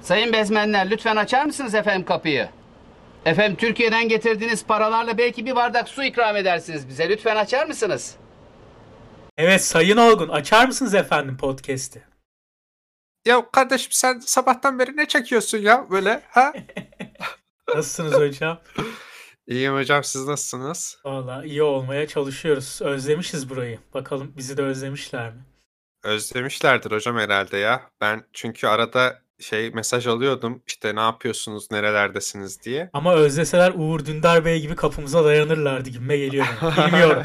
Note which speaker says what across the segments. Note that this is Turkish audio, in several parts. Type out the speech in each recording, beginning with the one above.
Speaker 1: Sayın bezmenler lütfen açar mısınız efendim kapıyı? Efendim Türkiye'den getirdiğiniz paralarla belki bir bardak su ikram edersiniz bize. Lütfen açar mısınız?
Speaker 2: Evet Sayın Olgun açar mısınız efendim podcast'i?
Speaker 3: Ya kardeşim sen sabahtan beri ne çekiyorsun ya böyle ha?
Speaker 2: Nasılsınız hocam?
Speaker 3: İyiyim hocam siz nasılsınız?
Speaker 2: Valla iyi olmaya çalışıyoruz. Özlemişiz burayı. Bakalım bizi de özlemişler mi?
Speaker 3: Özlemişlerdir hocam herhalde ya. Ben çünkü arada şey mesaj alıyordum işte ne yapıyorsunuz nerelerdesiniz diye.
Speaker 2: Ama özleseler Uğur Dündar Bey gibi kapımıza dayanırlardı gibime geliyor. bana. Bilmiyorum.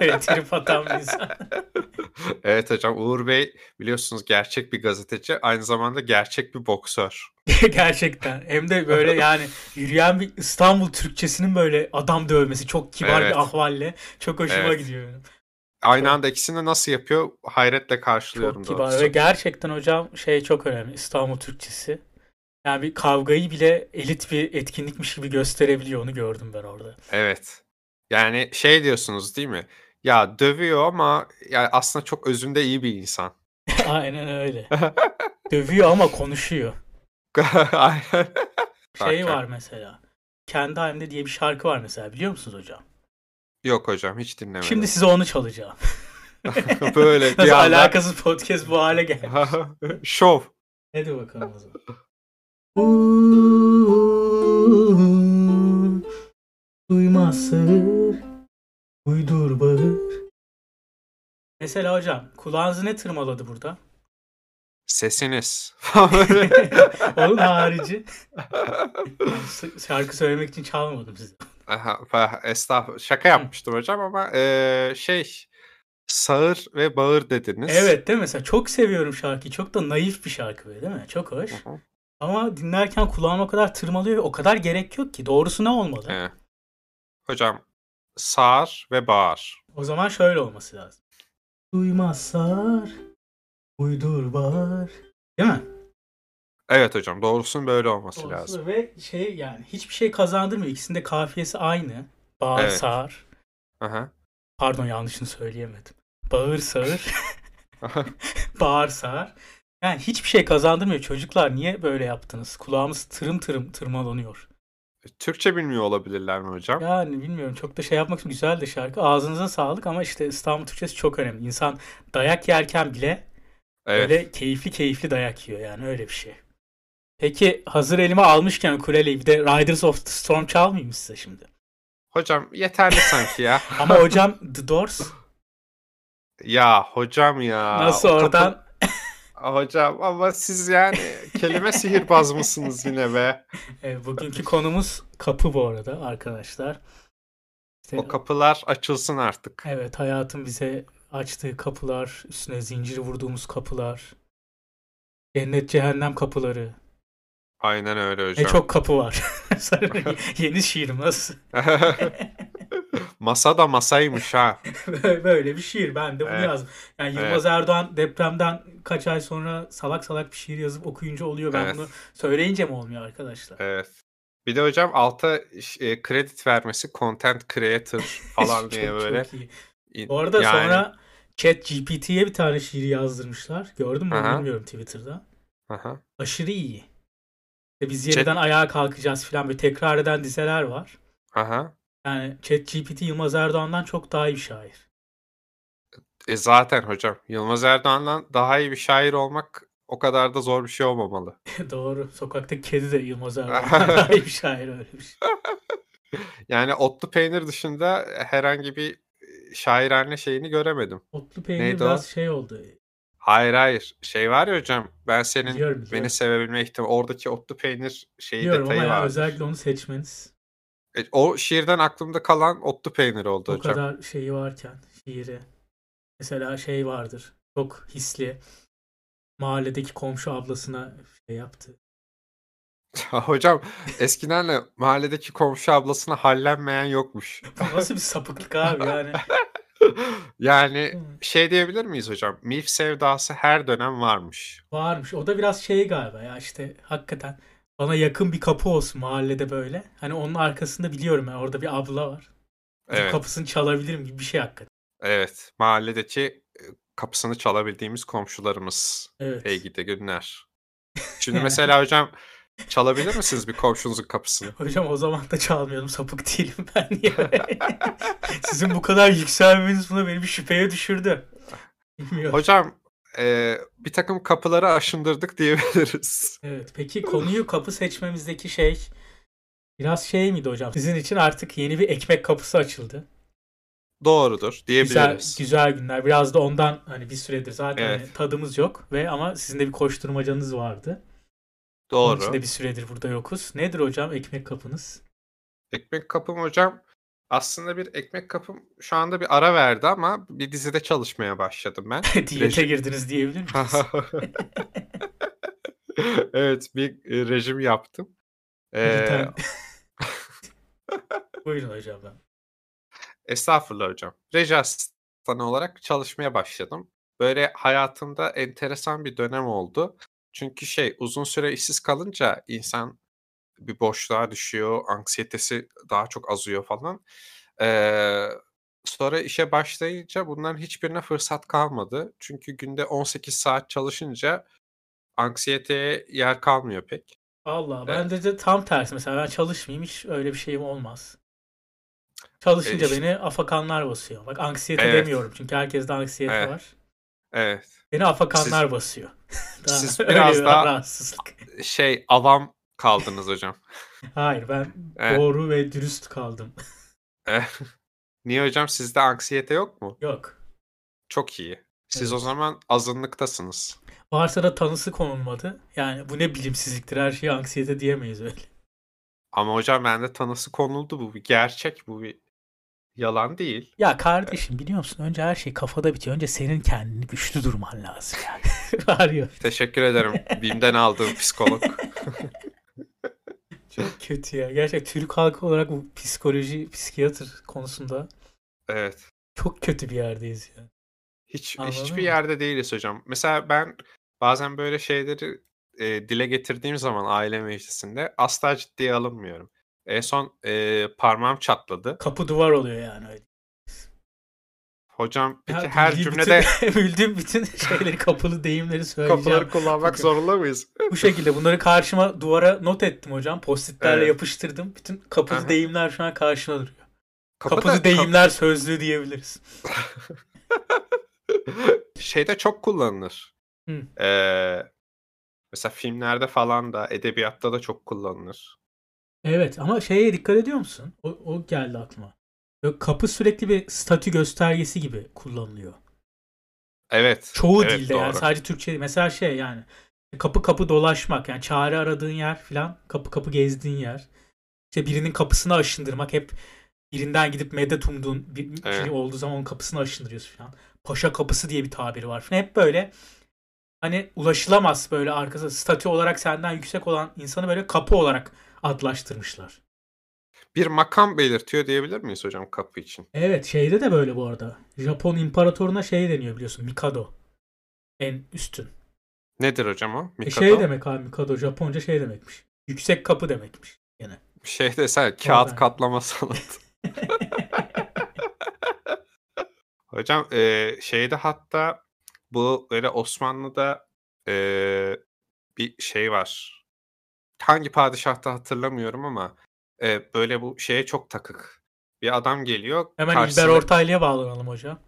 Speaker 2: Öyle trip atan bir insan.
Speaker 3: Evet hocam Uğur Bey biliyorsunuz gerçek bir gazeteci aynı zamanda gerçek bir boksör.
Speaker 2: Gerçekten. Hem de böyle yani yürüyen bir İstanbul Türkçesinin böyle adam dövmesi çok kibar
Speaker 3: Evet.
Speaker 2: bir ahvalle. Çok hoşuma
Speaker 3: Evet.
Speaker 2: gidiyor. benim.
Speaker 3: Aynı anda ikisini nasıl yapıyor hayretle karşılıyorum
Speaker 2: Çok kibar
Speaker 3: doğrusu.
Speaker 2: ve gerçekten hocam şey çok önemli İstanbul Türkçesi. Yani bir kavgayı bile elit bir etkinlikmiş gibi gösterebiliyor onu gördüm ben orada.
Speaker 3: Evet. Yani şey diyorsunuz değil mi? Ya dövüyor ama yani aslında çok özünde iyi bir insan.
Speaker 2: Aynen öyle. Dövüyor ama konuşuyor.
Speaker 3: Aynen.
Speaker 2: Şey
Speaker 3: Bak,
Speaker 2: var mesela. Kendi halimde diye bir şarkı var mesela biliyor musunuz hocam?
Speaker 3: Yok hocam hiç dinlemedim.
Speaker 2: Şimdi size onu çalacağım.
Speaker 3: Böyle bir
Speaker 2: Nasıl
Speaker 3: anda-
Speaker 2: alakasız podcast bu hale geldi.
Speaker 3: Şov.
Speaker 2: Hadi bakalım o zaman. Duymaz sağır, uydur bağır. Mesela hocam kulağınızı ne tırmaladı burada?
Speaker 3: Sesiniz.
Speaker 2: Onun harici. Şarkı söylemek için çalmadım sizi.
Speaker 3: Aha, fa- Estağfurullah. Şaka yapmıştım hocam ama eee, şey sağır ve bağır dediniz.
Speaker 2: Evet değil mi? Mesela çok seviyorum şarkıyı. Çok da naif bir şarkı böyle değil mi? Çok hoş.
Speaker 3: Hı hı.
Speaker 2: Ama dinlerken kulağım o kadar tırmalıyor ve o kadar gerek yok ki. Doğrusu ne olmalı?
Speaker 3: Evet. Hocam sağır ve bağır.
Speaker 2: O zaman şöyle olması lazım. Duymaz sar, uydur bağır. Değil mi?
Speaker 3: Evet hocam doğrusunun böyle olması
Speaker 2: Olsun
Speaker 3: lazım.
Speaker 2: Ve şey yani hiçbir şey kazandırmıyor. İkisinin de kafiyesi aynı. Bağır
Speaker 3: Evet.
Speaker 2: sağır.
Speaker 3: Aha.
Speaker 2: Pardon yanlışını söyleyemedim. Bağır sağır, bağır sağır. Yani hiçbir şey kazandırmıyor. Çocuklar niye böyle yaptınız? Kulağımız tırım tırım tırmalanıyor.
Speaker 3: E, Türkçe bilmiyor olabilirler mi hocam?
Speaker 2: Yani bilmiyorum çok da şey yapmak için güzel de şarkı. Ağzınıza sağlık ama işte İstanbul Türkçesi çok önemli. İnsan dayak yerken bile
Speaker 3: evet.
Speaker 2: Öyle keyifli keyifli dayak yiyor yani öyle bir şey. Peki hazır elime almışken ukuleleyi bir de Riders of the Storm çalmayayım size şimdi.
Speaker 3: Hocam yeterli sanki ya.
Speaker 2: Ama hocam The Doors
Speaker 3: Ya hocam ya.
Speaker 2: nasıl
Speaker 3: o kapı-
Speaker 2: oradan
Speaker 3: Ah, Hocam ama siz yani kelime sihirbaz mısınız yine be?
Speaker 2: E, bugünkü konumuz kapı bu arada arkadaşlar. İşte,
Speaker 3: O kapılar açılsın artık.
Speaker 2: evet hayatın bize açtığı kapılar, üstüne zinciri vurduğumuz kapılar, cennet cehennem kapıları.
Speaker 3: Aynen öyle hocam.
Speaker 2: Ne E, çok kapı var. Yeni şiirim nasıl?
Speaker 3: Masa da masaymış ha.
Speaker 2: Böyle bir şiir. Ben de bunu
Speaker 3: Evet.
Speaker 2: yazdım. Yani Yılmaz Erdoğan depremden kaç ay sonra salak salak bir şiir yazıp okuyunca oluyor. Ben
Speaker 3: Evet. E,
Speaker 2: bunu söyleyince mi olmuyor arkadaşlar?
Speaker 3: Evet. Bir de hocam alta ş- e, kredi vermesi content creator falan
Speaker 2: Çok-
Speaker 3: diye
Speaker 2: çok
Speaker 3: böyle.
Speaker 2: iyi.
Speaker 3: İ-
Speaker 2: Bu arada
Speaker 3: yani-
Speaker 2: sonra Chat GPT'ye bir tane şiiri yazdırmışlar. Gördün mü?
Speaker 3: Aha.
Speaker 2: Bilmiyorum Twitter'da.
Speaker 3: Aha.
Speaker 2: Aşırı iyi. İşte biz
Speaker 3: Chat-
Speaker 2: yeniden ayağa kalkacağız falan böyle tekrar eden dizeler var.
Speaker 3: Aha.
Speaker 2: Yani Chat GPT Yılmaz Erdoğan'dan çok daha iyi bir şair.
Speaker 3: E zaten hocam Yılmaz Erdoğan'dan daha iyi bir şair olmak o kadar da zor bir şey olmamalı.
Speaker 2: Doğru. Sokaktaki kedi de Yılmaz Erdoğan'dan daha iyi bir şair öyle bir şey.
Speaker 3: Yani otlu peynir dışında herhangi bir e, şairane şeyini göremedim.
Speaker 2: Otlu peynir
Speaker 3: Neydi o?
Speaker 2: biraz şey oldu.
Speaker 3: Hayır hayır. Şey var ya hocam. Ben senin
Speaker 2: Biliyorum, biliyorum.
Speaker 3: beni sevebilme ihtimali. Oradaki otlu peynir şeyi
Speaker 2: Biliyorum ama
Speaker 3: detayı
Speaker 2: yani
Speaker 3: var.
Speaker 2: özellikle onu seçmeniz
Speaker 3: E, o şiirden aklımda kalan otlu peynir oldu
Speaker 2: o
Speaker 3: hocam.
Speaker 2: kadar şeyi varken şiiri. Mesela şey vardır. Çok hisli. Mahalledeki komşu ablasına şey yaptı.
Speaker 3: hocam eskiden de mahalledeki komşu ablasına hallenmeyen yokmuş.
Speaker 2: Bu nasıl bir sapıklık abi yani.
Speaker 3: yani şey diyebilir miyiz hocam? Milf sevdası her dönem varmış.
Speaker 2: Varmış. O da biraz şey galiba ya işte hakikaten bana yakın bir kapı olsun mahallede böyle. Hani onun arkasında biliyorum yani orada bir abla var. Bizim
Speaker 3: Evet.
Speaker 2: Kapısını çalabilirim gibi bir şey hakikaten.
Speaker 3: Evet. Mahalledeki e, kapısını çalabildiğimiz komşularımız.
Speaker 2: Evet.
Speaker 3: Hey gide günler. Şimdi mesela hocam çalabilir misiniz bir komşunuzun kapısını?
Speaker 2: Hocam o zaman da çalmıyordum. Sapık değilim ben niye? Sizin bu kadar yükselmeniz buna beni bir şüpheye düşürdü. Bilmiyorum.
Speaker 3: Hocam e, bir takım kapıları aşındırdık diyebiliriz.
Speaker 2: Evet, peki konuyu kapı seçmemizdeki şey biraz şey miydi hocam? Sizin için artık yeni bir ekmek kapısı açıldı.
Speaker 3: Doğrudur
Speaker 2: Güzel
Speaker 3: diyebiliriz.
Speaker 2: güzel günler. Biraz da ondan hani bir süredir zaten
Speaker 3: Evet.
Speaker 2: hani tadımız yok ve ama sizin de bir koşturmacanız vardı. Onun için
Speaker 3: Doğru.
Speaker 2: de bir süredir burada yokuz. Nedir hocam ekmek kapınız?
Speaker 3: Ekmek kapım hocam. Aslında bir ekmek kapım şu anda bir ara verdi ama bir dizide çalışmaya başladım ben.
Speaker 2: Diyete
Speaker 3: Rejim.
Speaker 2: girdiniz diyebilir miyiz?
Speaker 3: evet bir e, rejim yaptım. Ee,
Speaker 2: Lütfen. Buyurun hocam ben.
Speaker 3: Estağfurullah hocam. Reji asistanı olarak çalışmaya başladım. Böyle hayatımda enteresan bir dönem oldu. Çünkü şey uzun süre işsiz kalınca insan bir boşluğa düşüyor, anksiyetesi daha çok azıyor falan. Ee, sonra işe başlayınca bunların hiçbirine fırsat kalmadı. Çünkü günde 18 saat çalışınca anksiyeteye yer kalmıyor pek.
Speaker 2: Allah ben de, de tam tersi mesela ben çalışmayayım hiç öyle bir şeyim olmaz. Çalışınca
Speaker 3: E işte-
Speaker 2: beni afakanlar basıyor. Bak anksiyete
Speaker 3: Evet.
Speaker 2: demiyorum çünkü herkeste anksiyete
Speaker 3: Evet.
Speaker 2: var.
Speaker 3: Evet.
Speaker 2: Beni afakanlar basıyor.
Speaker 3: siz
Speaker 2: öyle
Speaker 3: biraz
Speaker 2: bir
Speaker 3: daha-
Speaker 2: rahatsızlık.
Speaker 3: Şey avam kaldınız hocam.
Speaker 2: Hayır ben
Speaker 3: Evet.
Speaker 2: doğru ve dürüst kaldım.
Speaker 3: Niye hocam sizde anksiyete yok mu?
Speaker 2: Yok.
Speaker 3: Çok iyi. Siz o
Speaker 2: Evet.
Speaker 3: zaman azınlıktasınız.
Speaker 2: Varsa da tanısı konulmadı. Yani bu ne bilimsizliktir her şeyi anksiyete diyemeyiz öyle.
Speaker 3: Ama hocam bende tanısı konuldu bu bir gerçek bu bir yalan değil.
Speaker 2: Ya kardeşim biliyor musun önce her şey kafada bitiyor. Önce senin kendini güçlü durman lazım yani. Var ya
Speaker 3: Teşekkür ederim BİM'den aldığım psikolog.
Speaker 2: çok kötü ya. Gerçek Türk halkı olarak bu psikoloji, psikiyatr konusunda
Speaker 3: Evet.
Speaker 2: çok kötü bir yerdeyiz ya.
Speaker 3: Hiç
Speaker 2: Anladın
Speaker 3: hiçbir
Speaker 2: mı?
Speaker 3: yerde değiliz hocam. Mesela ben bazen böyle şeyleri e, dile getirdiğim zaman aile meclisinde asla ciddiye alınmıyorum. En son e, parmağım çatladı.
Speaker 2: Kapı duvar oluyor yani öyle.
Speaker 3: Hocam peki
Speaker 2: Ya
Speaker 3: her
Speaker 2: bildiğim
Speaker 3: cümlede
Speaker 2: bütün, bildiğim bütün şeyleri kapılı deyimleri söyleyeceğim.
Speaker 3: kapıları kullanmak
Speaker 2: Çünkü-
Speaker 3: zorunda mıyız?
Speaker 2: Bu şekilde bunları karşıma duvara not ettim hocam. Postitlerle
Speaker 3: Evet.
Speaker 2: yapıştırdım. Bütün kapılı
Speaker 3: Aha.
Speaker 2: deyimler şu an karşına duruyor.
Speaker 3: Kapıda-
Speaker 2: kapılı
Speaker 3: kap-
Speaker 2: deyimler sözlüğü diyebiliriz.
Speaker 3: şeyde çok kullanılır.
Speaker 2: Hı.
Speaker 3: Ee, mesela filmlerde falan da edebiyatta da çok kullanılır.
Speaker 2: Evet ama şeye dikkat ediyor musun? O, o geldi aklıma. Böyle kapı sürekli bir statü göstergesi gibi kullanılıyor.
Speaker 3: Evet.
Speaker 2: Çoğu
Speaker 3: evet,
Speaker 2: dilde yani
Speaker 3: doğru.
Speaker 2: sadece Türkçe değil. Mesela şey yani kapı kapı dolaşmak yani çare aradığın yer filan kapı kapı gezdiğin yer. İşte birinin kapısını aşındırmak hep birinden gidip medet umduğun bir bir
Speaker 3: Evet.
Speaker 2: şey olduğu zaman onun kapısını aşındırıyorsun filan. Paşa kapısı diye bir tabiri var filan. Hep böyle hani ulaşılamaz böyle arkası statü olarak senden yüksek olan insanı böyle kapı olarak adlaştırmışlar.
Speaker 3: Bir makam belirtiyor diyebilir miyiz hocam kapı için?
Speaker 2: Evet şeyde de böyle bu arada. Japon imparatoruna şey deniyor biliyorsun Mikado. En üstün.
Speaker 3: Nedir hocam o?
Speaker 2: E
Speaker 3: Mikado.
Speaker 2: şey demek abi Mikado Japonca şey demekmiş. Yüksek kapı demekmiş. Gene.
Speaker 3: Şey desene, kağıt
Speaker 2: Oradan.
Speaker 3: katlama sanatı. Hocam e, şeyde hatta bu böyle Osmanlı'da e, bir şey var. Hangi padişahta hatırlamıyorum ama e, böyle bu şeye çok takık. Bir adam geliyor.
Speaker 2: Hemen
Speaker 3: karşısına-
Speaker 2: İlber Ortaylı'ya bağlanalım hocam.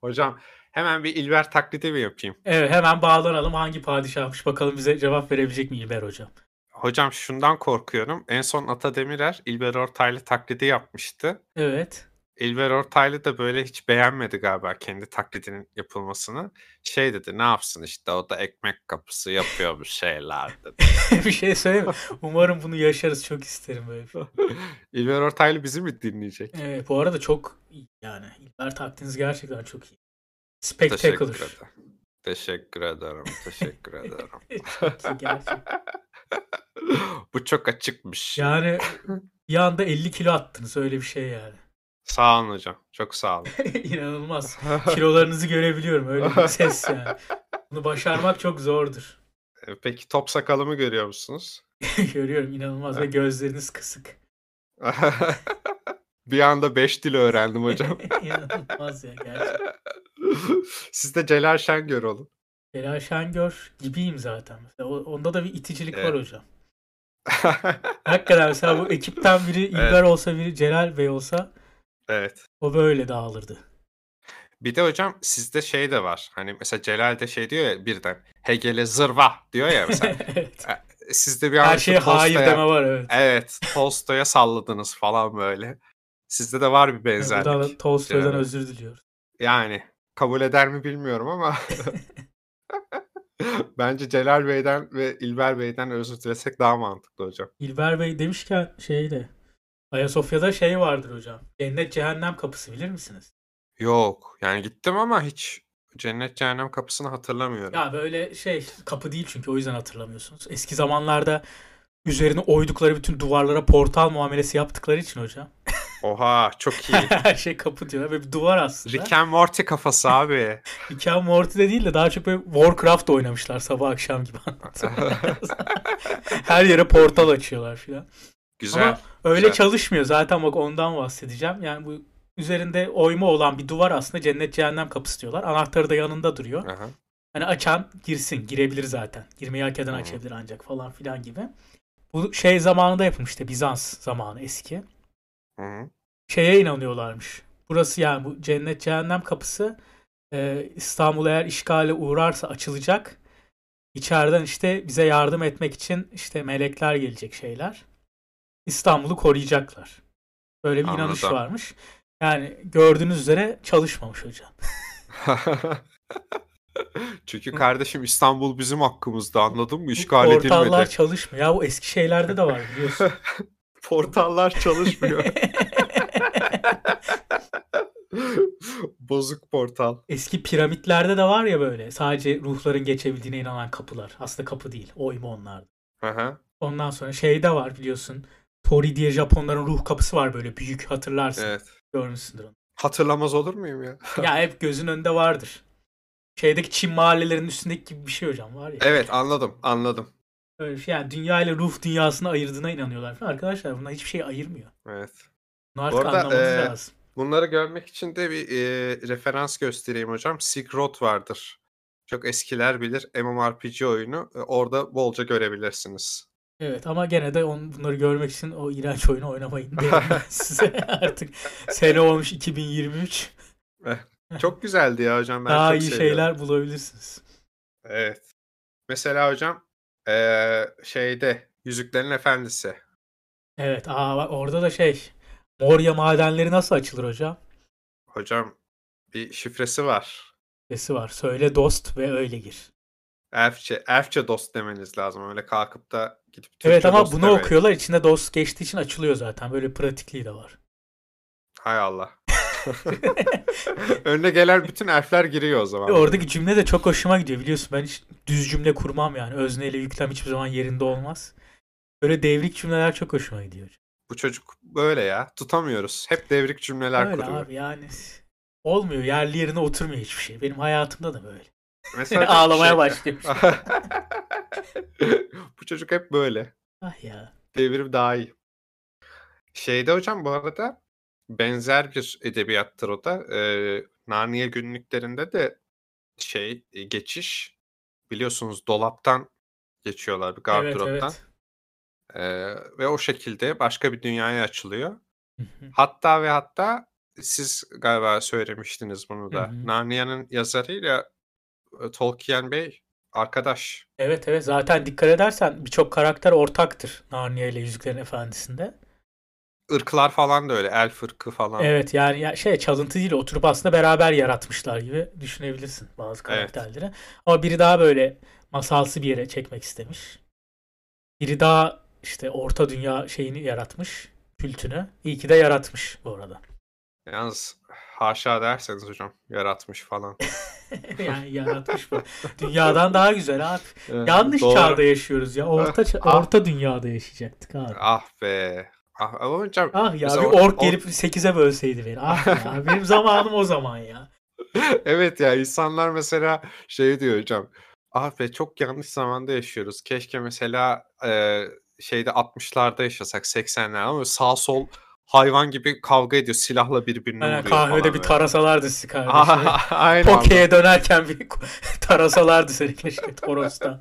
Speaker 3: Hocam hemen bir İlber taklidi mi yapayım?
Speaker 2: Evet hemen bağlanalım. Hangi padişahmış bakalım bize cevap verebilecek mi İlber hocam?
Speaker 3: Hocam şundan korkuyorum. En son Ata Demirer İlber Ortaylı taklidi yapmıştı.
Speaker 2: Evet.
Speaker 3: İlber Ortaylı da böyle hiç beğenmedi galiba kendi taklidinin yapılmasını. Şey dedi ne yapsın işte o da ekmek kapısı yapıyor bir şeyler dedi.
Speaker 2: bir şey söyleyeyim mi? Umarım bunu yaşarız. Çok isterim böyle bir şey.
Speaker 3: İlber Ortaylı bizi mi dinleyecek?
Speaker 2: Evet bu arada çok iyi yani. İlber taktiğiniz gerçekten çok iyi.
Speaker 3: Teşekkür
Speaker 2: Spectacular.
Speaker 3: ederim. Teşekkür ederim. Teşekkür ederim.
Speaker 2: Çok iyi gerçekten.
Speaker 3: Bu çok açıkmış.
Speaker 2: Yani bir anda 50 kilo attınız öyle bir şey yani.
Speaker 3: Sağ olun hocam. Çok sağ olun.
Speaker 2: İnanılmaz. Kilolarınızı görebiliyorum öyle bir ses yani. Bunu başarmak çok zordur.
Speaker 3: E, Peki top sakalımı görüyor musunuz?
Speaker 2: Görüyorum inanılmaz ve gözleriniz kısık.
Speaker 3: bir anda 5 dil öğrendim hocam.
Speaker 2: inanılmaz ya gerçekten.
Speaker 3: Siz de Celal Şengör olun.
Speaker 2: Celal Şengör gibiyim zaten. Mesela o- onda da bir iticilik var
Speaker 3: Evet.
Speaker 2: hocam. Hakikaten mesela bu ekipten biri İlber
Speaker 3: Evet.
Speaker 2: olsa biri Celal Bey olsa
Speaker 3: evet.
Speaker 2: o böyle dağılırdı.
Speaker 3: Bir de hocam sizde şey de var. Hani mesela Celal de şey diyor ya birden. Hegel'e zırva diyor ya mesela.
Speaker 2: evet.
Speaker 3: sizde bir an
Speaker 2: Her
Speaker 3: şu
Speaker 2: şeye hayır
Speaker 3: Tolstoy'a-
Speaker 2: deme var evet.
Speaker 3: Evet. Tolstoy'a salladınız falan böyle. Sizde de var bir
Speaker 2: Buradan da
Speaker 3: benzerlik.
Speaker 2: Tolstoy'dan
Speaker 3: Celal.
Speaker 2: özür diliyoruz.
Speaker 3: Yani kabul eder mi bilmiyorum ama bence Celal Bey'den ve İlber Bey'den özür dilesek daha mantıklı hocam.
Speaker 2: İlber Bey demişken şey de Ayasofya'da şey vardır hocam. Cennet cehennem kapısı bilir misiniz?
Speaker 3: Yok. Yani gittim ama hiç cennet cehennem kapısını hatırlamıyorum.
Speaker 2: Ya böyle şey kapı değil çünkü o yüzden hatırlamıyorsunuz. Eski zamanlarda üzerine oydukları bütün duvarlara portal muamelesi yaptıkları için hocam.
Speaker 3: Oha çok iyi.
Speaker 2: Her şey kapı diyorlar ve bir duvar aslında.
Speaker 3: Rick and Morty kafası abi.
Speaker 2: Rick and Morty de değil de daha çok böyle Warcraft oynamışlar sabah akşam gibi anlatıyorlar. Her yere portal açıyorlar filan.
Speaker 3: Güzel.
Speaker 2: Ama öyle
Speaker 3: güzel.
Speaker 2: çalışmıyor zaten bak ondan bahsedeceğim. Yani bu üzerinde oyma olan bir duvar aslında cennet cehennem kapısı diyorlar. Anahtarı da yanında duruyor.
Speaker 3: Aha.
Speaker 2: Hani açan girsin, girebilir zaten. Girmeyi hak eden
Speaker 3: Hı.
Speaker 2: açabilir ancak falan filan gibi. Bu şey zamanında yapılmıştı Bizans zamanı eski
Speaker 3: Hı.
Speaker 2: şeye inanıyorlarmış. Burası yani bu cennet cehennem kapısı e, İstanbul eğer işgale uğrarsa açılacak. İçeriden işte bize yardım etmek için işte melekler gelecek şeyler. İstanbul'u koruyacaklar. Böyle bir inanış
Speaker 3: Anladım.
Speaker 2: varmış. Yani gördüğünüz üzere çalışmamış hocam.
Speaker 3: Çünkü kardeşim İstanbul bizim hakkımızda anladın mı? İşgal
Speaker 2: Portallar
Speaker 3: edilmedi.
Speaker 2: çalışmıyor. Ya bu eski şeylerde de var biliyorsun.
Speaker 3: Portallar çalışmıyor. Bozuk portal.
Speaker 2: eski piramitlerde de var ya böyle sadece ruhların geçebildiğine inanan kapılar. Aslında kapı değil. Oyma onlar.
Speaker 3: Aha.
Speaker 2: Ondan sonra şey de var biliyorsun. Tori diye Japonların ruh kapısı var böyle büyük hatırlarsın.
Speaker 3: Evet.
Speaker 2: Görmüşsündür onu.
Speaker 3: Hatırlamaz olur muyum ya?
Speaker 2: Ya hep gözün önünde vardır. Şeydeki Çin mahallelerinin üstündeki gibi bir şey hocam var ya.
Speaker 3: Evet anladım anladım.
Speaker 2: Öyle bir şey. Yani dünya ile ruh dünyasını ayırdığına inanıyorlar. falan. Arkadaşlar bunlar hiçbir şey ayırmıyor.
Speaker 3: Evet.
Speaker 2: Bunu artık
Speaker 3: arada,
Speaker 2: anlamanız
Speaker 3: e,
Speaker 2: lazım.
Speaker 3: Bunları görmek için de bir e, referans göstereyim hocam. Silk Road vardır. Çok eskiler bilir MMORPG oyunu. E, Orada bolca görebilirsiniz.
Speaker 2: Evet ama gene de on, bunları görmek için o iğrenç oyunu oynamayın derim ben size. artık sene olmuş 2023.
Speaker 3: Çok güzeldi ya hocam. Ben
Speaker 2: Daha iyi
Speaker 3: çok şey seviyorum.
Speaker 2: şeyler bulabilirsiniz.
Speaker 3: Evet. Mesela hocam e, şeyde Yüzüklerin Efendisi.
Speaker 2: Evet aa, bak orada da şey. Moria madenleri nasıl açılır hocam?
Speaker 3: Hocam bir şifresi var.
Speaker 2: Sesi var. Söyle dost ve öyle gir.
Speaker 3: Elfçe, Elfçe dost demeniz lazım. Öyle kalkıp da gidip Türkçe
Speaker 2: evet ama
Speaker 3: dost
Speaker 2: bunu
Speaker 3: demeyin.
Speaker 2: okuyorlar. İçinde dost geçtiği için açılıyor zaten. Böyle pratikliği de var.
Speaker 3: Hay Allah. Önüne gelen bütün elfler giriyor o zaman.
Speaker 2: Ve Oradaki cümle de çok hoşuma gidiyor. Biliyorsun ben hiç düz cümle kurmam yani. Özneyle yüklem hiçbir zaman yerinde olmaz. Böyle devrik cümleler çok hoşuma gidiyor.
Speaker 3: Bu çocuk böyle ya. Tutamıyoruz. Hep devrik cümleler
Speaker 2: Öyle
Speaker 3: kuruyor.
Speaker 2: abi yani. Olmuyor. Yerli yerine oturmuyor hiçbir şey. Benim hayatımda da böyle.
Speaker 3: Mesela
Speaker 2: Ağlamaya
Speaker 3: şey-
Speaker 2: başlıyor.
Speaker 3: Bu çocuk hep böyle.
Speaker 2: ah ya.
Speaker 3: Devrim daha iyi. Şeyde hocam bu arada benzer bir edebiyattır o da. Ee, Narnia günlüklerinde de şey e, geçiş biliyorsunuz dolaptan geçiyorlar bir
Speaker 2: evet
Speaker 3: gardıroptan.
Speaker 2: evet.
Speaker 3: Ee, ve o şekilde başka bir dünyaya açılıyor.
Speaker 2: Hı hı.
Speaker 3: Hatta ve hatta siz galiba söylemiştiniz bunu da.
Speaker 2: Hı hı.
Speaker 3: Narnia'nın yazarıyla e, Tolkien Bey arkadaş.
Speaker 2: evet evet. Zaten dikkat edersen birçok karakter ortaktır. Narnia ile Yüzüklerin Efendisi'nde.
Speaker 3: Irklar falan da öyle. Elf ırkı falan.
Speaker 2: Evet yani ya şey çalıntı değil oturup aslında beraber yaratmışlar gibi düşünebilirsin bazı karakterleri. Ama biri daha böyle masalsı bir yere çekmek istemiş. Biri daha işte orta dünya şeyini yaratmış, kültünü. İyi ki de yaratmış bu arada.
Speaker 3: Yalnız haşa derseniz hocam yaratmış falan.
Speaker 2: yani yaratmış bu. Dünyadan daha güzel abi.
Speaker 3: Ee,
Speaker 2: Yanlış
Speaker 3: doğru.
Speaker 2: çağda yaşıyoruz ya. Orta ça-
Speaker 3: Ah.
Speaker 2: orta dünyada yaşayacaktık abi.
Speaker 3: Ah be. Ah, ama hocam
Speaker 2: Ah ya
Speaker 3: Mesela
Speaker 2: bir
Speaker 3: or-
Speaker 2: ork
Speaker 3: or-
Speaker 2: gelip 8'e bölseydi beni. Ah ya benim zamanım o zaman ya.
Speaker 3: evet ya insanlar mesela şey diyor hocam. Ah be çok yanlış zamanda yaşıyoruz. Keşke mesela e, şeyde 60'larda yaşasak 80'ler ama sağ sol hayvan gibi kavga ediyor. Silahla birbirini
Speaker 2: Aynen,
Speaker 3: vuruyor
Speaker 2: Hani kahvede
Speaker 3: falan
Speaker 2: bir
Speaker 3: böyle.
Speaker 2: tarasalardı sizi kardeşim.
Speaker 3: Aa, Aynen.
Speaker 2: Pokeye dönerken bir tarasalardı seni keşke Toros'tan.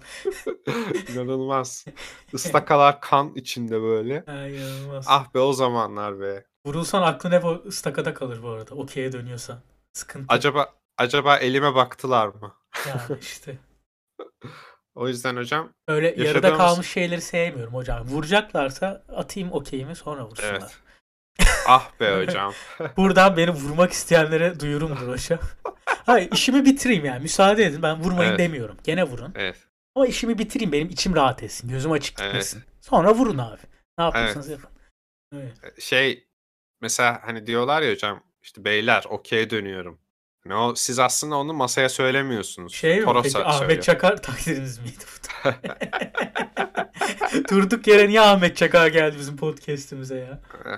Speaker 3: İnanılmaz. Istakalar kan içinde böyle.
Speaker 2: Ay, inanılmaz.
Speaker 3: Ah be o zamanlar be.
Speaker 2: Vurulsan aklın hep o stakada kalır bu arada. Okey'e dönüyorsan. Sıkıntı
Speaker 3: Acaba acaba elime baktılar mı?
Speaker 2: yani işte.
Speaker 3: O yüzden hocam
Speaker 2: Öyle yarıda
Speaker 3: Yaşadığımız-
Speaker 2: kalmış şeyleri sevmiyorum hocam. Vuracaklarsa atayım okeyimi sonra vursunlar.
Speaker 3: evet. ah be hocam.
Speaker 2: Buradan beni vurmak isteyenlere duyurumdur hocam. Hayır işimi bitireyim yani. Müsaade edin ben vurmayın
Speaker 3: Evet.
Speaker 2: demiyorum. Gene vurun.
Speaker 3: Evet.
Speaker 2: Ama işimi bitireyim benim içim rahat etsin. Gözüm açık
Speaker 3: Evet.
Speaker 2: gitmesin. Sonra vurun abi. Ne yapıyorsanız yapın. Evet.
Speaker 3: Şey mesela hani diyorlar ya hocam işte beyler okey dönüyorum. Hani o, siz aslında onu masaya söylemiyorsunuz.
Speaker 2: Şey mi
Speaker 3: Toros'a
Speaker 2: peki
Speaker 3: söylüyor.
Speaker 2: Ahmet Çakar takdiriniz miydi bu da? Durduk yere niye Ahmet Çakar geldi bizim podcast'imize ya?
Speaker 3: Eh,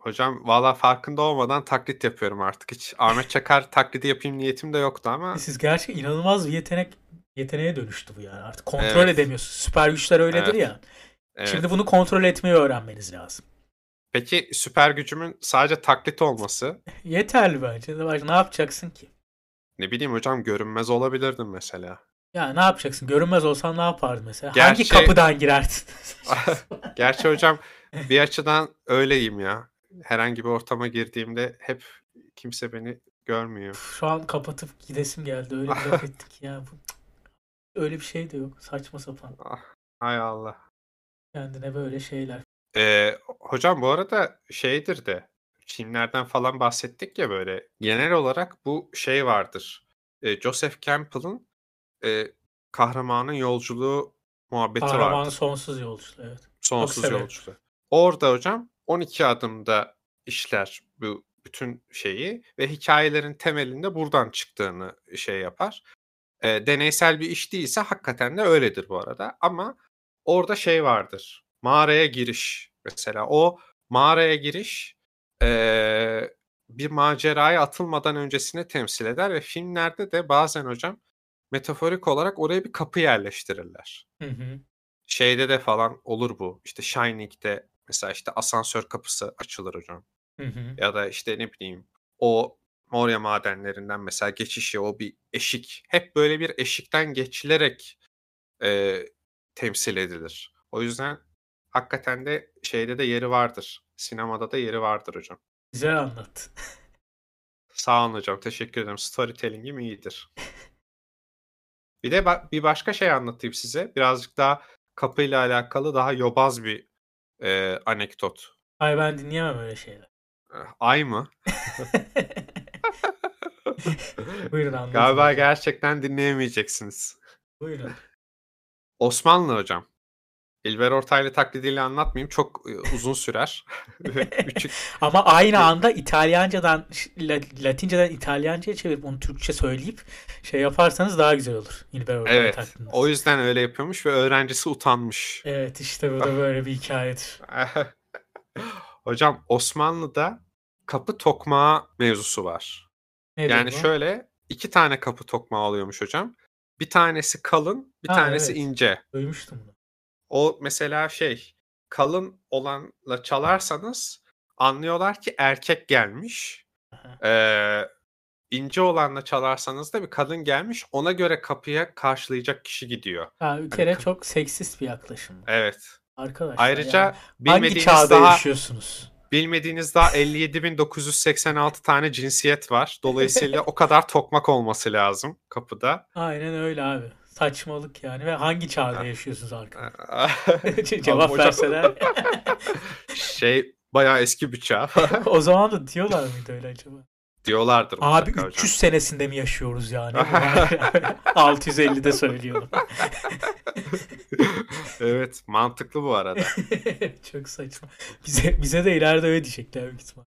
Speaker 3: Hocam valla farkında olmadan taklit yapıyorum artık. Hiç Ahmet Çakar taklidi yapayım niyetim de yoktu ama
Speaker 2: Siz gerçek inanılmaz bir yetenek yeteneğe dönüştü bu yani. Artık kontrol
Speaker 3: Evet.
Speaker 2: edemiyorsunuz. Süper güçler öyledir
Speaker 3: Evet.
Speaker 2: ya.
Speaker 3: evet.
Speaker 2: Şimdi bunu kontrol etmeyi öğrenmeniz lazım.
Speaker 3: Peki süper gücümün sadece taklit olması
Speaker 2: Yeterli bence. Bak, ne yapacaksın ki?
Speaker 3: ne bileyim hocam görünmez olabilirdim mesela.
Speaker 2: Ya ne yapacaksın? Görünmez olsan ne yapardın mesela? Hangi
Speaker 3: Gerçi-
Speaker 2: kapıdan girerdin?
Speaker 3: Gerçi hocam bir açıdan öyleyim ya. Herhangi bir ortama girdiğimde hep kimse beni görmüyor.
Speaker 2: Şu an kapatıp gidesim geldi. Öyle bir laf ettik ya. Bu, öyle bir şey de yok. Saçma sapan.
Speaker 3: Ah, Hay Allah.
Speaker 2: Kendine böyle şeyler.
Speaker 3: Ee, hocam bu arada şeydir de filmlerden falan bahsettik ya böyle genel olarak bu şey vardır. Ee, Joseph Campbell'ın e, kahramanın yolculuğu muhabbeti
Speaker 2: Kahramanın
Speaker 3: vardır.
Speaker 2: sonsuz yolculuğu. Evet.
Speaker 3: Sonsuz
Speaker 2: severim.
Speaker 3: yolculuğu. Orada hocam 12 adımda işler bu bütün şeyi ve hikayelerin temelinde buradan çıktığını şey yapar. Ee, deneysel bir iş değilse hakikaten de öyledir bu arada ama orada şey vardır. Mağaraya giriş mesela o mağaraya giriş ee, bir maceraya atılmadan öncesini temsil eder ve filmlerde de bazen hocam metaforik olarak oraya bir kapı yerleştirirler
Speaker 2: Hı hı.
Speaker 3: şeyde de falan olur bu. İşte Shining'de mesela işte asansör kapısı açılır hocam.
Speaker 2: Hı hı.
Speaker 3: Ya da işte ne bileyim o Moria madenlerinden mesela geçişi o bir eşik. Hep böyle bir eşikten geçilerek e, temsil edilir. O yüzden hakikaten de şeyde de yeri vardır. Sinemada da yeri vardır hocam.
Speaker 2: Güzel anlattın.
Speaker 3: Sağ olun hocam. Teşekkür ederim. Storytelling'im iyidir. bir de ba- bir başka şey anlatayım size. Birazcık daha kapıyla alakalı daha yobaz bir e, anekdot.
Speaker 2: Ay ben dinleyemem öyle şeyler.
Speaker 3: E, Ay mı?
Speaker 2: Buyurun anlatın.
Speaker 3: Galiba
Speaker 2: hocam.
Speaker 3: gerçekten dinleyemeyeceksiniz.
Speaker 2: Buyurun.
Speaker 3: Osmanlı hocam. İlber Ortaylı taklidiyle anlatmayayım. Çok e, uzun sürer. Üçü-
Speaker 2: Ama aynı
Speaker 3: Ve-
Speaker 2: anda İtalyancadan La- Latinceden İtalyanca'ya çevirip onu Türkçe söyleyip şey yaparsanız daha güzel olur. Nilber Orhan'ın
Speaker 3: evet.
Speaker 2: taklidiniz.
Speaker 3: O yüzden öyle yapıyormuş ve öğrencisi utanmış.
Speaker 2: Evet işte bu da böyle bir hikayedir.
Speaker 3: Hocam Osmanlı'da kapı tokmağı mevzusu var.
Speaker 2: Nedir
Speaker 3: yani
Speaker 2: bu?
Speaker 3: şöyle iki tane kapı tokmağı oluyormuş hocam. Bir tanesi kalın, bir
Speaker 2: Ha,
Speaker 3: tanesi
Speaker 2: evet.
Speaker 3: ince.
Speaker 2: Duymuştum bunu.
Speaker 3: O mesela şey kalın olanla çalarsanız anlıyorlar ki erkek gelmiş.
Speaker 2: Aha.
Speaker 3: Ee, ince olanla çalarsanız da bir kadın gelmiş. Ona göre kapıya karşılayacak kişi gidiyor.
Speaker 2: Ha, bir kere
Speaker 3: kap-
Speaker 2: çok seksist bir yaklaşım. bu.
Speaker 3: Evet.
Speaker 2: Arkadaşlar
Speaker 3: Ayrıca
Speaker 2: yani hangi
Speaker 3: bilmediğiniz
Speaker 2: çağda
Speaker 3: daha
Speaker 2: yaşıyorsunuz?
Speaker 3: bilmediğiniz daha 57.986 tane cinsiyet var. Dolayısıyla o kadar tokmak olması lazım kapıda.
Speaker 2: Aynen öyle abi. Saçmalık yani ve hangi çağda yaşıyorsunuz arkadaşlar? Ce-
Speaker 3: Abi
Speaker 2: Cevap
Speaker 3: hocam-
Speaker 2: verseler.
Speaker 3: şey bayağı eski bir çağ
Speaker 2: o zaman da diyorlar mıydı öyle acaba?
Speaker 3: diyorlardır.
Speaker 2: Abi
Speaker 3: mutlaka
Speaker 2: 300 senesinde mi yaşıyoruz yani? 650'de söylüyorum.
Speaker 3: hocam. evet mantıklı bu arada.
Speaker 2: Çok saçma. Bize bize de ileride öyle diyecekler büyük ihtimal.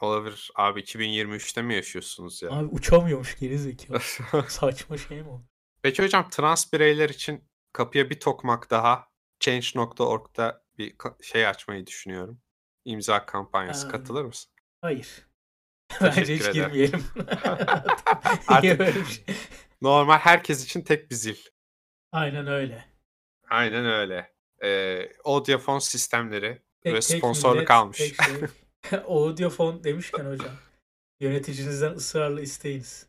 Speaker 3: Olabilir abi 2023'te mi yaşıyorsunuz ya?
Speaker 2: Abi uçamıyormuş geri zekalı. saçma şey mi oldu?
Speaker 3: Peki hocam trans bireyler için kapıya bir tokmak daha change.org'da bir ka- şey açmayı düşünüyorum. İmza kampanyası
Speaker 2: Ha.
Speaker 3: katılır mısın?
Speaker 2: Hayır. Bence hiç
Speaker 3: Teşekkür ederim.
Speaker 2: girmeyelim. Niye
Speaker 3: Artık-
Speaker 2: böyle bir şey?
Speaker 3: Normal herkes için tek bir zil.
Speaker 2: Aynen öyle.
Speaker 3: Aynen öyle. Ee, Audiofon sistemleri
Speaker 2: Tek-
Speaker 3: ve
Speaker 2: tek
Speaker 3: sponsorluk
Speaker 2: millet,
Speaker 3: almış.
Speaker 2: tek şey. Audiofon demişken hocam. Yöneticinizden ısrarla isteyiniz.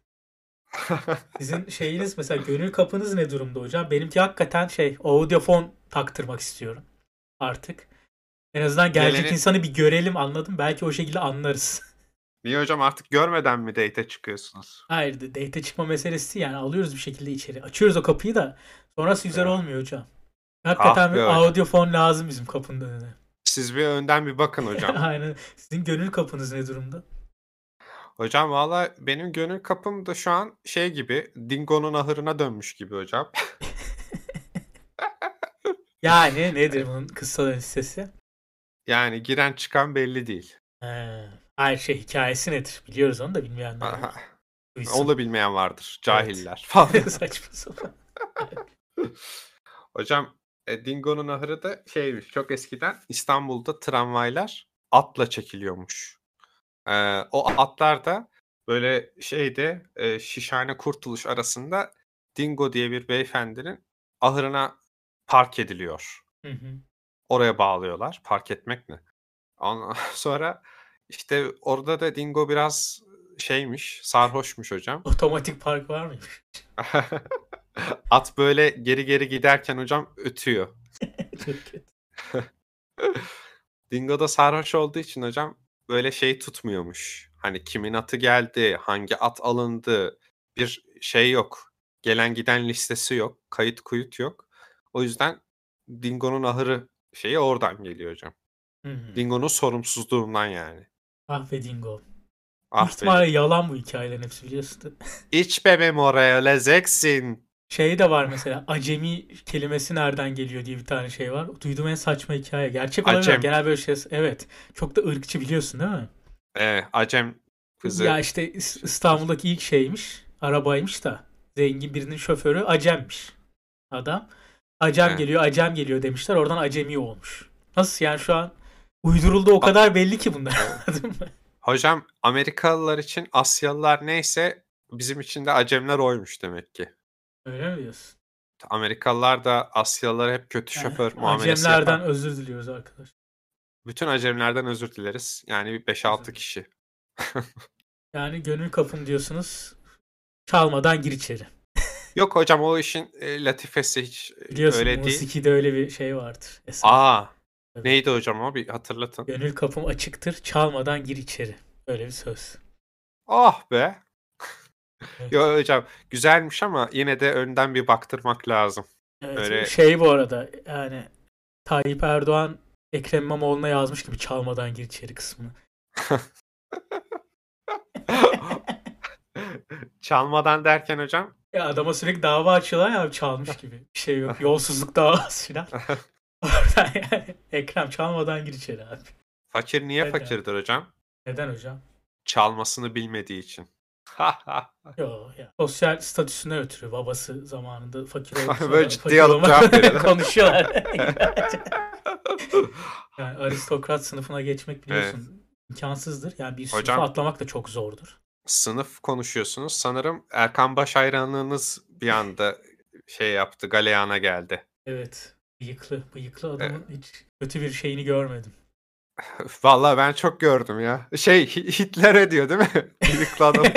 Speaker 2: Sizin şeyiniz mesela gönül kapınız ne durumda hocam? Benimki hakikaten şey audiofon taktırmak istiyorum artık. En azından gelecek
Speaker 3: Gelenin-
Speaker 2: insanı bir görelim anladım. Belki o şekilde anlarız.
Speaker 3: Niye hocam artık görmeden mi date çıkıyorsunuz?
Speaker 2: Hayır de- date çıkma meselesi değil yani alıyoruz bir şekilde içeri. Açıyoruz o kapıyı da sonrası güzel
Speaker 3: Ya.
Speaker 2: olmuyor hocam. Hakikaten
Speaker 3: Ah
Speaker 2: bir
Speaker 3: be hocam.
Speaker 2: audiofon lazım bizim kapının önüne.
Speaker 3: Siz bir önden bir bakın hocam.
Speaker 2: Aynen. Sizin gönül kapınız ne durumda?
Speaker 3: hocam valla benim gönül kapım da şu an şey gibi dingonun ahırına dönmüş gibi hocam.
Speaker 2: Yani nedir bunun kısa listesi?
Speaker 3: Yani giren çıkan belli değil.
Speaker 2: Ee, her şey hikayesi nedir? Biliyoruz onu da bilmeyenler. var.
Speaker 3: Aha,
Speaker 2: Duysun.
Speaker 3: Onu da bilmeyen vardır. Cahiller falan.
Speaker 2: Saçma sapan.
Speaker 3: Hocam e, Dingo'nun ahırı da şeymiş çok eskiden İstanbul'da tramvaylar atla çekiliyormuş. Ee, o atlar da böyle şeyde e, Şişhane Kurtuluş arasında Dingo diye bir beyefendinin ahırına park ediliyor.
Speaker 2: Hı hı.
Speaker 3: Oraya bağlıyorlar. Park etmek ne? Ondan sonra işte orada da Dingo biraz şeymiş sarhoşmuş hocam.
Speaker 2: Otomatik park var mıymış?
Speaker 3: At böyle geri geri giderken hocam ötüyor.
Speaker 2: Çok kötü.
Speaker 3: Dingo da sarhoş olduğu için hocam böyle şey tutmuyormuş. Hani kimin atı geldi, hangi at alındı bir şey yok. Gelen giden listesi yok. Kayıt kuyut yok. O yüzden Dingo'nun ahırı şeyi oradan geliyor hocam.
Speaker 2: Hı hı.
Speaker 3: Dingo'nun sorumsuzluğundan yani.
Speaker 2: Ah be dingo. Büyük
Speaker 3: Ah be.
Speaker 2: ihtimalle yalan bu hikayelerin hepsi biliyorsun. değil mi?
Speaker 3: İç bebeğim oraya lezeksin.
Speaker 2: Şey de var mesela acemi kelimesi nereden geliyor diye bir tane şey var. Duyduğum en saçma hikaye. Gerçek olabilir.
Speaker 3: Acem.
Speaker 2: Genel böyle şey. Evet. Çok da ırkçı biliyorsun değil mi?
Speaker 3: Ee, Acem kızı.
Speaker 2: Ya işte İs- İstanbul'daki ilk şeymiş. Arabaymış da. Zengin birinin şoförü Acem'miş. Adam. Acem
Speaker 3: He.
Speaker 2: geliyor, Acem geliyor demişler. Oradan Acemi olmuş. Nasıl yani şu an uyduruldu o kadar belli ki bunlar. Anladın mı?
Speaker 3: Hocam Amerikalılar için Asyalılar neyse bizim için de Acemler oymuş demek ki.
Speaker 2: Öyle mi diyorsun?
Speaker 3: Amerikalılar da Asyalılar hep kötü şoför
Speaker 2: Yani
Speaker 3: muamelesi
Speaker 2: Acemlerden
Speaker 3: yapar.
Speaker 2: özür diliyoruz arkadaşlar.
Speaker 3: Bütün Acemlerden özür dileriz. Yani bir 5-6 kişi.
Speaker 2: Yani gönül kapım diyorsunuz. Çalmadan gir içeri.
Speaker 3: Yok hocam o işin e, latifesi hiç e,
Speaker 2: Biliyorsun
Speaker 3: öyle değil.
Speaker 2: Musiki'de öyle bir şey vardır. Esas.
Speaker 3: Aa
Speaker 2: Tabii.
Speaker 3: neydi hocam o bir hatırlatın.
Speaker 2: Gönül kapım açıktır. Çalmadan gir içeri. Öyle bir söz.
Speaker 3: Ah be.
Speaker 2: Evet.
Speaker 3: Yo hocam güzelmiş ama yine de önden bir baktırmak lazım.
Speaker 2: Evet,
Speaker 3: Böyle-
Speaker 2: şey bu arada yani Tayyip Erdoğan Ekrem İmamoğlu'na yazmış gibi çalmadan gir içeri kısmını.
Speaker 3: Çalmadan derken hocam
Speaker 2: Ya adama sürekli dava açıyorlar ya abi çalmış gibi. Bir şey yok. Yolsuzluk davası falan. Oradan yani Ekrem çalmadan gir içeri abi.
Speaker 3: fakir niye
Speaker 2: Evet.
Speaker 3: fakirdir hocam?
Speaker 2: Neden hocam?
Speaker 3: Çalmasını bilmediği için.
Speaker 2: Yo ya. Sosyal statüsüne ötürü babası zamanında fakir olmuş.
Speaker 3: Böyle
Speaker 2: sonra
Speaker 3: ciddi
Speaker 2: fakir
Speaker 3: alıp
Speaker 2: olmak-
Speaker 3: cevap veriyorlar.
Speaker 2: konuşuyorlar. yani aristokrat sınıfına geçmek biliyorsun imkansızdır. Yani bir sınıfı
Speaker 3: Hocam-
Speaker 2: atlamak da çok zordur.
Speaker 3: sınıf konuşuyorsunuz. Sanırım Erkan Baş hayranlığınız bir anda şey yaptı, galeyana geldi.
Speaker 2: Evet. Bıyıklı. Bıyıklı adamın hiç kötü bir şeyini görmedim.
Speaker 3: Vallahi ben çok gördüm ya. Şey Hi- Hitler'e diyor değil mi? Bıyıklı adam.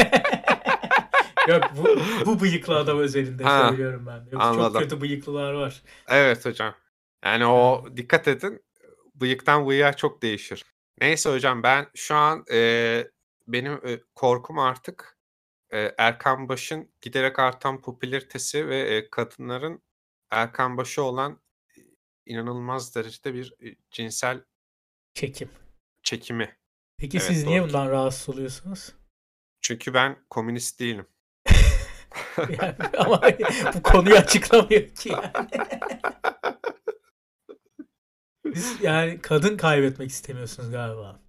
Speaker 2: Yok bu, bu bıyıklı adam özelinde
Speaker 3: Ha,
Speaker 2: söylüyorum ben. Yoksa
Speaker 3: anladım.
Speaker 2: Çok kötü bıyıklılar var.
Speaker 3: evet hocam. Yani o dikkat edin. Bıyıktan bıyığa çok değişir. Neyse hocam ben şu an e, benim e, korkum artık e, Erkan Baş'ın giderek artan popülaritesi ve e, kadınların Erkan Baş'ı olan e, inanılmaz derecede bir e, cinsel
Speaker 2: Çekim.
Speaker 3: çekimi.
Speaker 2: Peki
Speaker 3: Evet,
Speaker 2: siz niye
Speaker 3: doğru.
Speaker 2: bundan rahatsız oluyorsunuz?
Speaker 3: Çünkü ben komünist değilim.
Speaker 2: Yani, ama bu konuyu açıklamıyor ki yani. Siz yani kadın kaybetmek istemiyorsunuz galiba.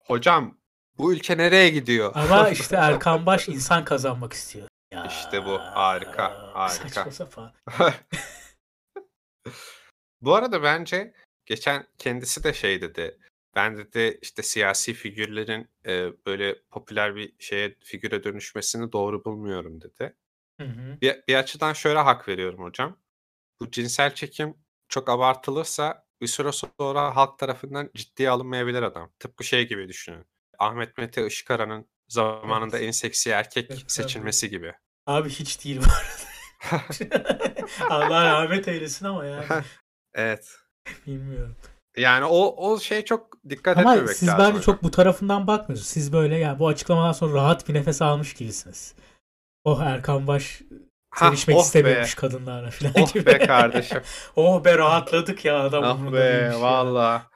Speaker 3: Hocam bu ülke nereye gidiyor?
Speaker 2: Ama işte Erkan Baş insan kazanmak istiyor. Ya,
Speaker 3: İşte bu, harika, harika.
Speaker 2: Saçma sapan.
Speaker 3: bu arada bence geçen kendisi de şey dedi. Ben dedi işte siyasi figürlerin e, böyle popüler bir şeye figüre dönüşmesini doğru bulmuyorum dedi.
Speaker 2: Hı hı.
Speaker 3: Bir, bir açıdan şöyle hak veriyorum hocam. Bu cinsel çekim çok abartılırsa bir süre sonra halk tarafından ciddiye alınmayabilir adam. Tıpkı şey gibi düşünün. Ahmet Mete Işıkara'nın zamanında en seksi erkek
Speaker 2: Evet, evet.
Speaker 3: seçilmesi gibi.
Speaker 2: Abi hiç değil bu arada. Allah rahmet eylesin ama yani
Speaker 3: Evet.
Speaker 2: bilmiyorum.
Speaker 3: Yani o o şey çok dikkat
Speaker 2: Ama
Speaker 3: etmemek
Speaker 2: siz
Speaker 3: lazım.
Speaker 2: bence çok bu tarafından bakmıyorsunuz. Siz böyle yani bu açıklamadan sonra rahat bir nefes almış gibisiniz. Oh Erkan Baş
Speaker 3: Ha,
Speaker 2: sevişmek
Speaker 3: oh be.
Speaker 2: istemiyormuş kadınlarla falan
Speaker 3: Oh
Speaker 2: gibi.
Speaker 3: be kardeşim.
Speaker 2: oh be rahatladık ya adam şey
Speaker 3: ah
Speaker 2: umurunda
Speaker 3: be
Speaker 2: değilmiş ya.
Speaker 3: valla.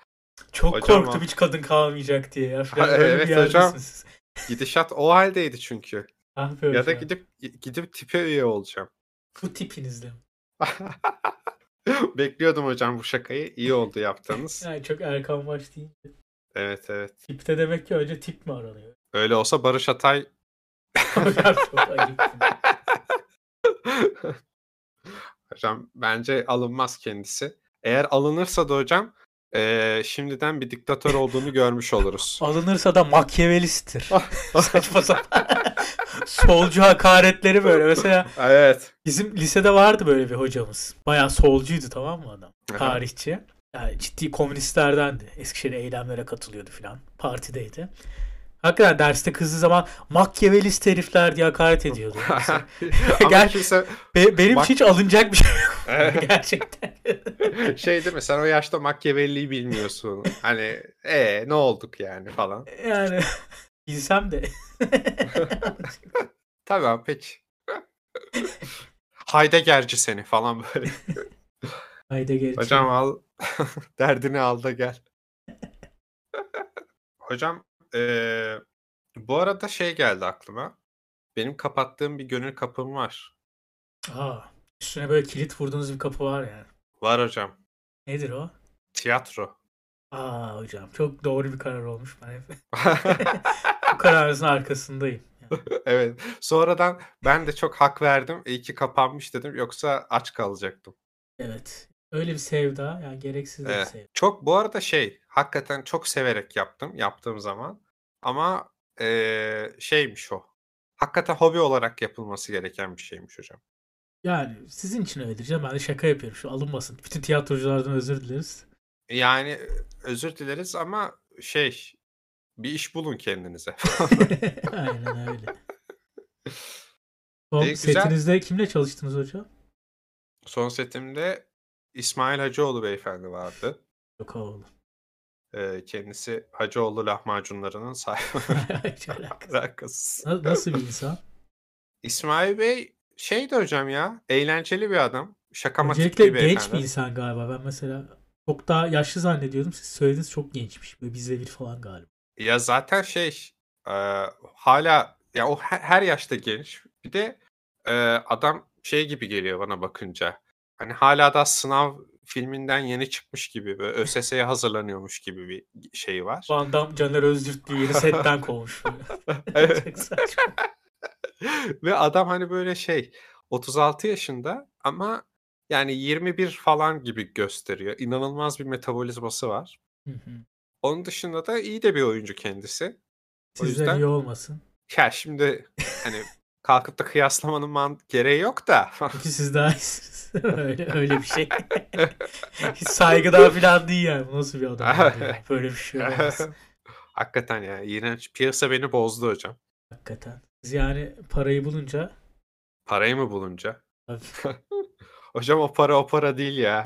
Speaker 2: Çok
Speaker 3: Hocam
Speaker 2: korktum
Speaker 3: ha.
Speaker 2: hiç kadın kalmayacak diye ya. Falan
Speaker 3: Ha,
Speaker 2: öyle
Speaker 3: evet
Speaker 2: bir yerdesiniz
Speaker 3: hocam.
Speaker 2: siz.
Speaker 3: Gidişat o haldeydi çünkü.
Speaker 2: Ah be
Speaker 3: Ya da
Speaker 2: hocam.
Speaker 3: gidip gidip tipe üye olacağım.
Speaker 2: Bu tipinizle.
Speaker 3: Bekliyordum hocam bu şakayı. İyi oldu yaptığınız.
Speaker 2: Yani çok Erkan Baş değil.
Speaker 3: Evet evet.
Speaker 2: Tipte demek ki önce tip mi aranıyor?
Speaker 3: Öyle olsa Barış Atay
Speaker 2: Hocam çok ayıp.
Speaker 3: hocam bence alınmaz kendisi. Eğer alınırsa da hocam eee, şimdiden bir diktatör olduğunu görmüş oluruz.
Speaker 2: Alınırsa da makyavelisttir.
Speaker 3: Ah.
Speaker 2: Saçma sapan. Solcu hakaretleri böyle. Mesela
Speaker 3: evet.
Speaker 2: Bizim lisede vardı böyle bir hocamız. Bayağı solcuydu tamam mı adam?
Speaker 3: Aha.
Speaker 2: Tarihçi. Yani ciddi komünistlerdendi. Eskişehir eylemlere katılıyordu filan. Partideydi. Hakikaten derste kızdığı zaman Makyavelist herifler diye hakaret ediyordu. Mesela
Speaker 3: Ama
Speaker 2: Gel-
Speaker 3: kimse
Speaker 2: Be- benim
Speaker 3: Mak-
Speaker 2: için hiç alınacak bir şey yok gerçekten.
Speaker 3: şey değil mi? Sen o yaşta Machiavelli'yi bilmiyorsun. Hani e ne olduk yani falan.
Speaker 2: Yani bilsem de.
Speaker 3: Tamam peki. Heidegger'ci seni falan böyle.
Speaker 2: Haydi geri.
Speaker 3: Hocam al derdini al da gel. Hocam eee, bu arada şey geldi aklıma. Benim kapattığım bir gönül kapım var.
Speaker 2: Aa, üstüne böyle kilit vurduğunuz bir kapı var yani.
Speaker 3: Var hocam.
Speaker 2: Nedir o?
Speaker 3: Tiyatro.
Speaker 2: Aa hocam çok doğru bir karar olmuş. Ben hep bu kararınızın arkasındayım.
Speaker 3: evet. Sonradan ben de çok hak verdim. İyi ki kapanmış dedim. Yoksa aç kalacaktım.
Speaker 2: Evet. Öyle bir sevda. Yani gereksiz de bir
Speaker 3: Evet.
Speaker 2: sevda.
Speaker 3: Çok bu arada şey hakikaten çok severek yaptım yaptığım zaman. Ama eee, şeymiş o. Hakikaten hobi olarak yapılması gereken bir şeymiş hocam.
Speaker 2: Yani sizin için öyledir canım. Ben de şaka yapıyorum. Şu alınmasın. Bütün tiyatroculardan özür dileriz.
Speaker 3: Yani özür dileriz ama şey bir iş bulun kendinize.
Speaker 2: Aynen öyle. Son
Speaker 3: E, güzel.
Speaker 2: setinizde kimle çalıştınız hocam?
Speaker 3: Son setimde İsmail Hacıoğlu beyefendi vardı.
Speaker 2: Yok oğlum.
Speaker 3: Eee, kendisi Hacıoğlu lahmacunlarının sahibi
Speaker 2: Hiç alakası.
Speaker 3: alakası.
Speaker 2: Na- Nasıl bir insan?
Speaker 3: İsmail Bey şeydi hocam ya. Eğlenceli bir adam. Şakamatik
Speaker 2: Öncelikle
Speaker 3: bir
Speaker 2: genç
Speaker 3: beyefendi.
Speaker 2: bir insan galiba. Ben mesela çok daha yaşlı zannediyordum. Siz söylediniz çok gençmiş. Böyle bizde bir falan galiba.
Speaker 3: Ya zaten şey e, hala ya o he- her yaşta genç. Bir de e, adam şey gibi geliyor bana bakınca. Hani hala da sınav filminden yeni çıkmış gibi böyle ÖSS'ye hazırlanıyormuş gibi bir şey var.
Speaker 2: Van Damme Caner Özdürk diye yeni setten kovmuş.
Speaker 3: Evet.
Speaker 2: çok saçma.
Speaker 3: Ve adam hani böyle şey 36 yaşında ama yani 21 falan gibi gösteriyor. İnanılmaz bir metabolizması var.
Speaker 2: Hı hı.
Speaker 3: Onun dışında da iyi de bir oyuncu kendisi. O
Speaker 2: Sizden
Speaker 3: yüzden-
Speaker 2: iyi olmasın.
Speaker 3: Ya şimdi hani kalkıp da kıyaslamanın man gereği yok da.
Speaker 2: Çünkü siz daha iyisiniz. öyle, öyle bir şey. Hiç saygıdan falan değil yani. Bu nasıl bir adam? ya? Böyle bir şey olamaz.
Speaker 3: Hakikaten ya iğrenç. Piyasa beni bozdu hocam.
Speaker 2: Hakikaten. Siz yani parayı bulunca
Speaker 3: Parayı mı bulunca?
Speaker 2: Tabii.
Speaker 3: hocam o para o para değil ya.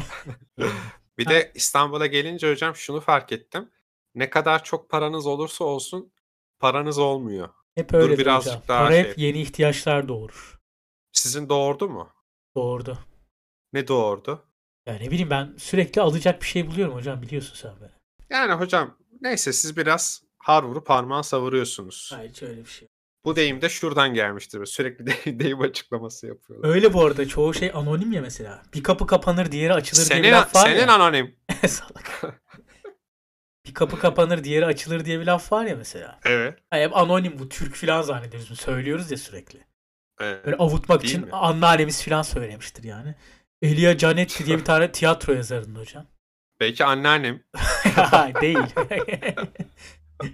Speaker 3: bir de İstanbul'a gelince hocam şunu fark ettim. Ne kadar çok paranız olursa olsun paranız olmuyor.
Speaker 2: hep öyle
Speaker 3: birazcık
Speaker 2: hocam.
Speaker 3: daha
Speaker 2: Para
Speaker 3: şey
Speaker 2: hep yeni ihtiyaçlar doğurur.
Speaker 3: Sizin doğurdu mu?
Speaker 2: Doğurdu.
Speaker 3: Ne doğurdu?
Speaker 2: Yani ne bileyim ben sürekli alacak bir şey buluyorum hocam biliyorsun sen beni.
Speaker 3: Yani hocam neyse siz biraz har vurup parmağı savuruyorsunuz.
Speaker 2: Hayır hiç öyle bir şey. yok.
Speaker 3: Bu deyim de şuradan gelmiştir. Sürekli de- deyim açıklaması yapıyorlar.
Speaker 2: Öyle bu arada çoğu şey anonim ya mesela. Bir kapı kapanır diğeri açılır diye bir
Speaker 3: Senin,
Speaker 2: laf var
Speaker 3: senin
Speaker 2: ya.
Speaker 3: anonim.
Speaker 2: Salak. bir kapı kapanır diğeri açılır diye bir laf var ya mesela.
Speaker 3: Evet.
Speaker 2: Ha, hep anonim bu Türk filan zannediyoruz. biz. Söylüyoruz ya sürekli.
Speaker 3: evet.
Speaker 2: Böyle avutmak
Speaker 3: Değil
Speaker 2: için
Speaker 3: mi?
Speaker 2: anneannemiz filan söylemiştir yani. Elia Canetti diye bir tane tiyatro yazarının hocam.
Speaker 3: Belki anneannem.
Speaker 2: değil.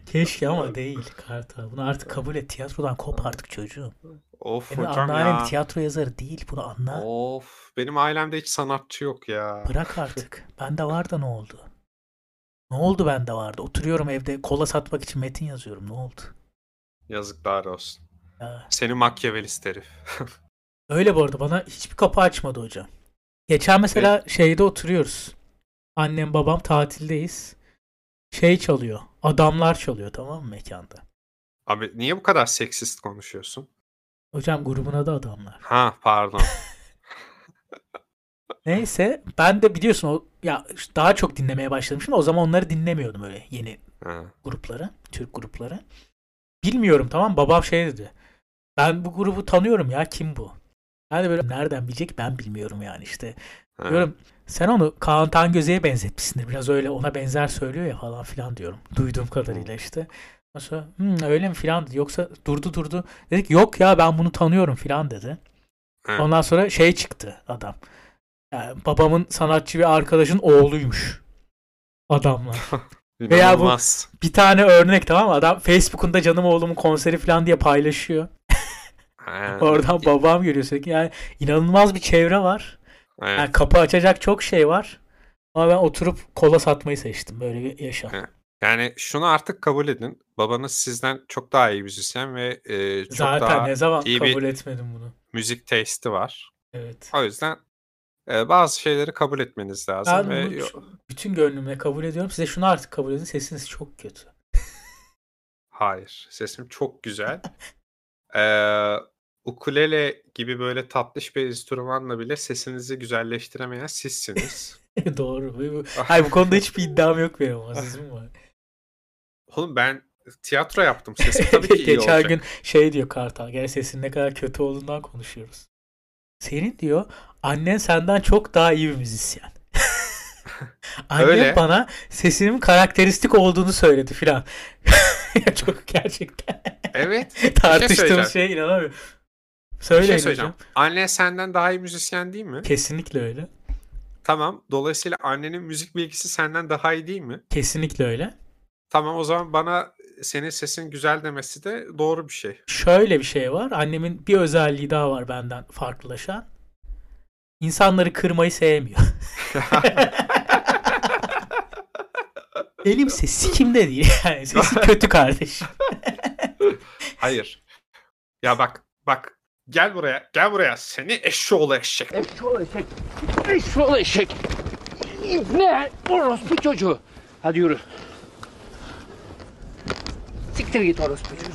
Speaker 2: Keşke ama değil Kartal. Bunu artık kabul et. Tiyatrodan kop artık çocuğum.
Speaker 3: Of
Speaker 2: Senin
Speaker 3: hocam
Speaker 2: anneannen
Speaker 3: ya.
Speaker 2: tiyatro yazarı değil bunu anla.
Speaker 3: Of benim ailemde hiç sanatçı yok ya.
Speaker 2: Bırak artık. Bende var da ne oldu? Ne oldu bende vardı? Oturuyorum evde kola satmak için metin yazıyorum. Ne oldu?
Speaker 3: Yazıklar olsun.
Speaker 2: Ya.
Speaker 3: Seni Machiavellist herif.
Speaker 2: Öyle bu arada bana hiçbir kapı açmadı hocam. Geçen mesela şeyde oturuyoruz. Annem babam tatildeyiz. Şey çalıyor. Adamlar çalıyor tamam mı mekanda?
Speaker 3: Abi niye bu kadar seksist konuşuyorsun?
Speaker 2: Hocam grubun adı adamlar.
Speaker 3: Ha pardon.
Speaker 2: Neyse ben de biliyorsun o ya daha çok dinlemeye başladım şimdi o zaman onları dinlemiyordum öyle yeni
Speaker 3: Ha.
Speaker 2: grupları, Türk grupları. Bilmiyorum tamam babam şey dedi. Ben bu grubu tanıyorum ya kim bu? Ben de böyle nereden bilecek ben bilmiyorum yani işte.
Speaker 3: ha.
Speaker 2: Diyorum sen onu Kaan Tangöze'ye benzetmişsindir. Biraz öyle ona benzer söylüyor ya falan filan diyorum. Duyduğum kadarıyla işte. Ondan sonra "Hmm, öyle mi filan dedi. Yoksa durdu durdu. Dedik yok ya ben bunu tanıyorum filan dedi.
Speaker 3: Evet.
Speaker 2: Ondan sonra şey çıktı adam. Yani babamın sanatçı bir arkadaşın oğluymuş. Adamlar. veya bu-
Speaker 3: İnanılmaz.
Speaker 2: bir tane örnek tamam mı? Adam Facebook'unda canım oğlumun konseri falan diye paylaşıyor.
Speaker 3: Ha.
Speaker 2: Oradan babam görüyor sürekli. Yani inanılmaz bir çevre var.
Speaker 3: Evet.
Speaker 2: Yani kapı açacak çok şey var. Ama ben oturup kola satmayı seçtim. Böyle bir yaşam.
Speaker 3: Evet, Yani şunu artık kabul edin. Babanız sizden çok daha iyi müzisyen ve e, çok
Speaker 2: Zaten
Speaker 3: daha
Speaker 2: ne zaman
Speaker 3: iyi bir-
Speaker 2: kabul etmedim bunu.
Speaker 3: müzik testi var.
Speaker 2: Evet.
Speaker 3: O yüzden e, bazı şeyleri kabul etmeniz lazım.
Speaker 2: Ben
Speaker 3: ve
Speaker 2: bunu ç- bütün gönlümle kabul ediyorum. Size şunu artık kabul edin. Sesiniz çok kötü.
Speaker 3: Hayır. Sesim çok güzel. Ee, ukulele gibi böyle tatlış bir enstrümanla bile sesinizi güzelleştiremeyen sizsiniz.
Speaker 2: Doğru. Bu- bu-
Speaker 3: Ah.
Speaker 2: Hayır bu konuda hiçbir iddiam yok benim. Azizim var.
Speaker 3: Oğlum ben tiyatro yaptım. Sesim tabii ki iyi
Speaker 2: Geçen
Speaker 3: olacak.
Speaker 2: gün şey diyor Kartal. Gene sesin ne kadar kötü olduğundan konuşuyoruz. Senin diyor annen senden çok daha iyi bir müzisyen. Annem
Speaker 3: Öyle.
Speaker 2: bana sesimin karakteristik olduğunu söyledi filan. Ya çok gerçekten
Speaker 3: Evet.
Speaker 2: tartıştığım
Speaker 3: şey söyleyeceğim.
Speaker 2: şeye inanamıyorum.
Speaker 3: Bir
Speaker 2: Söyleyin
Speaker 3: şey
Speaker 2: hocam.
Speaker 3: söyleyeceğim. Anne senden daha iyi müzisyen değil mi?
Speaker 2: Kesinlikle öyle.
Speaker 3: Tamam. Dolayısıyla annenin müzik bilgisi senden daha iyi değil mi?
Speaker 2: Kesinlikle öyle.
Speaker 3: Tamam o zaman bana senin sesin güzel demesi de doğru bir şey.
Speaker 2: Şöyle bir şey var. Annemin bir özelliği daha var benden farklılaşan. İnsanları kırmayı sevmiyor. Benim sesi kimde değil. Yani sesi kötü kardeş.
Speaker 3: Hayır. Ya bak bak gel buraya gel buraya seni eşşoğlu eşek.
Speaker 1: Eşşoğlu eşek. Eşşoğlu eşek. Ne? Orospu çocuğu. Hadi yürü. Siktir git orospu çocuğu.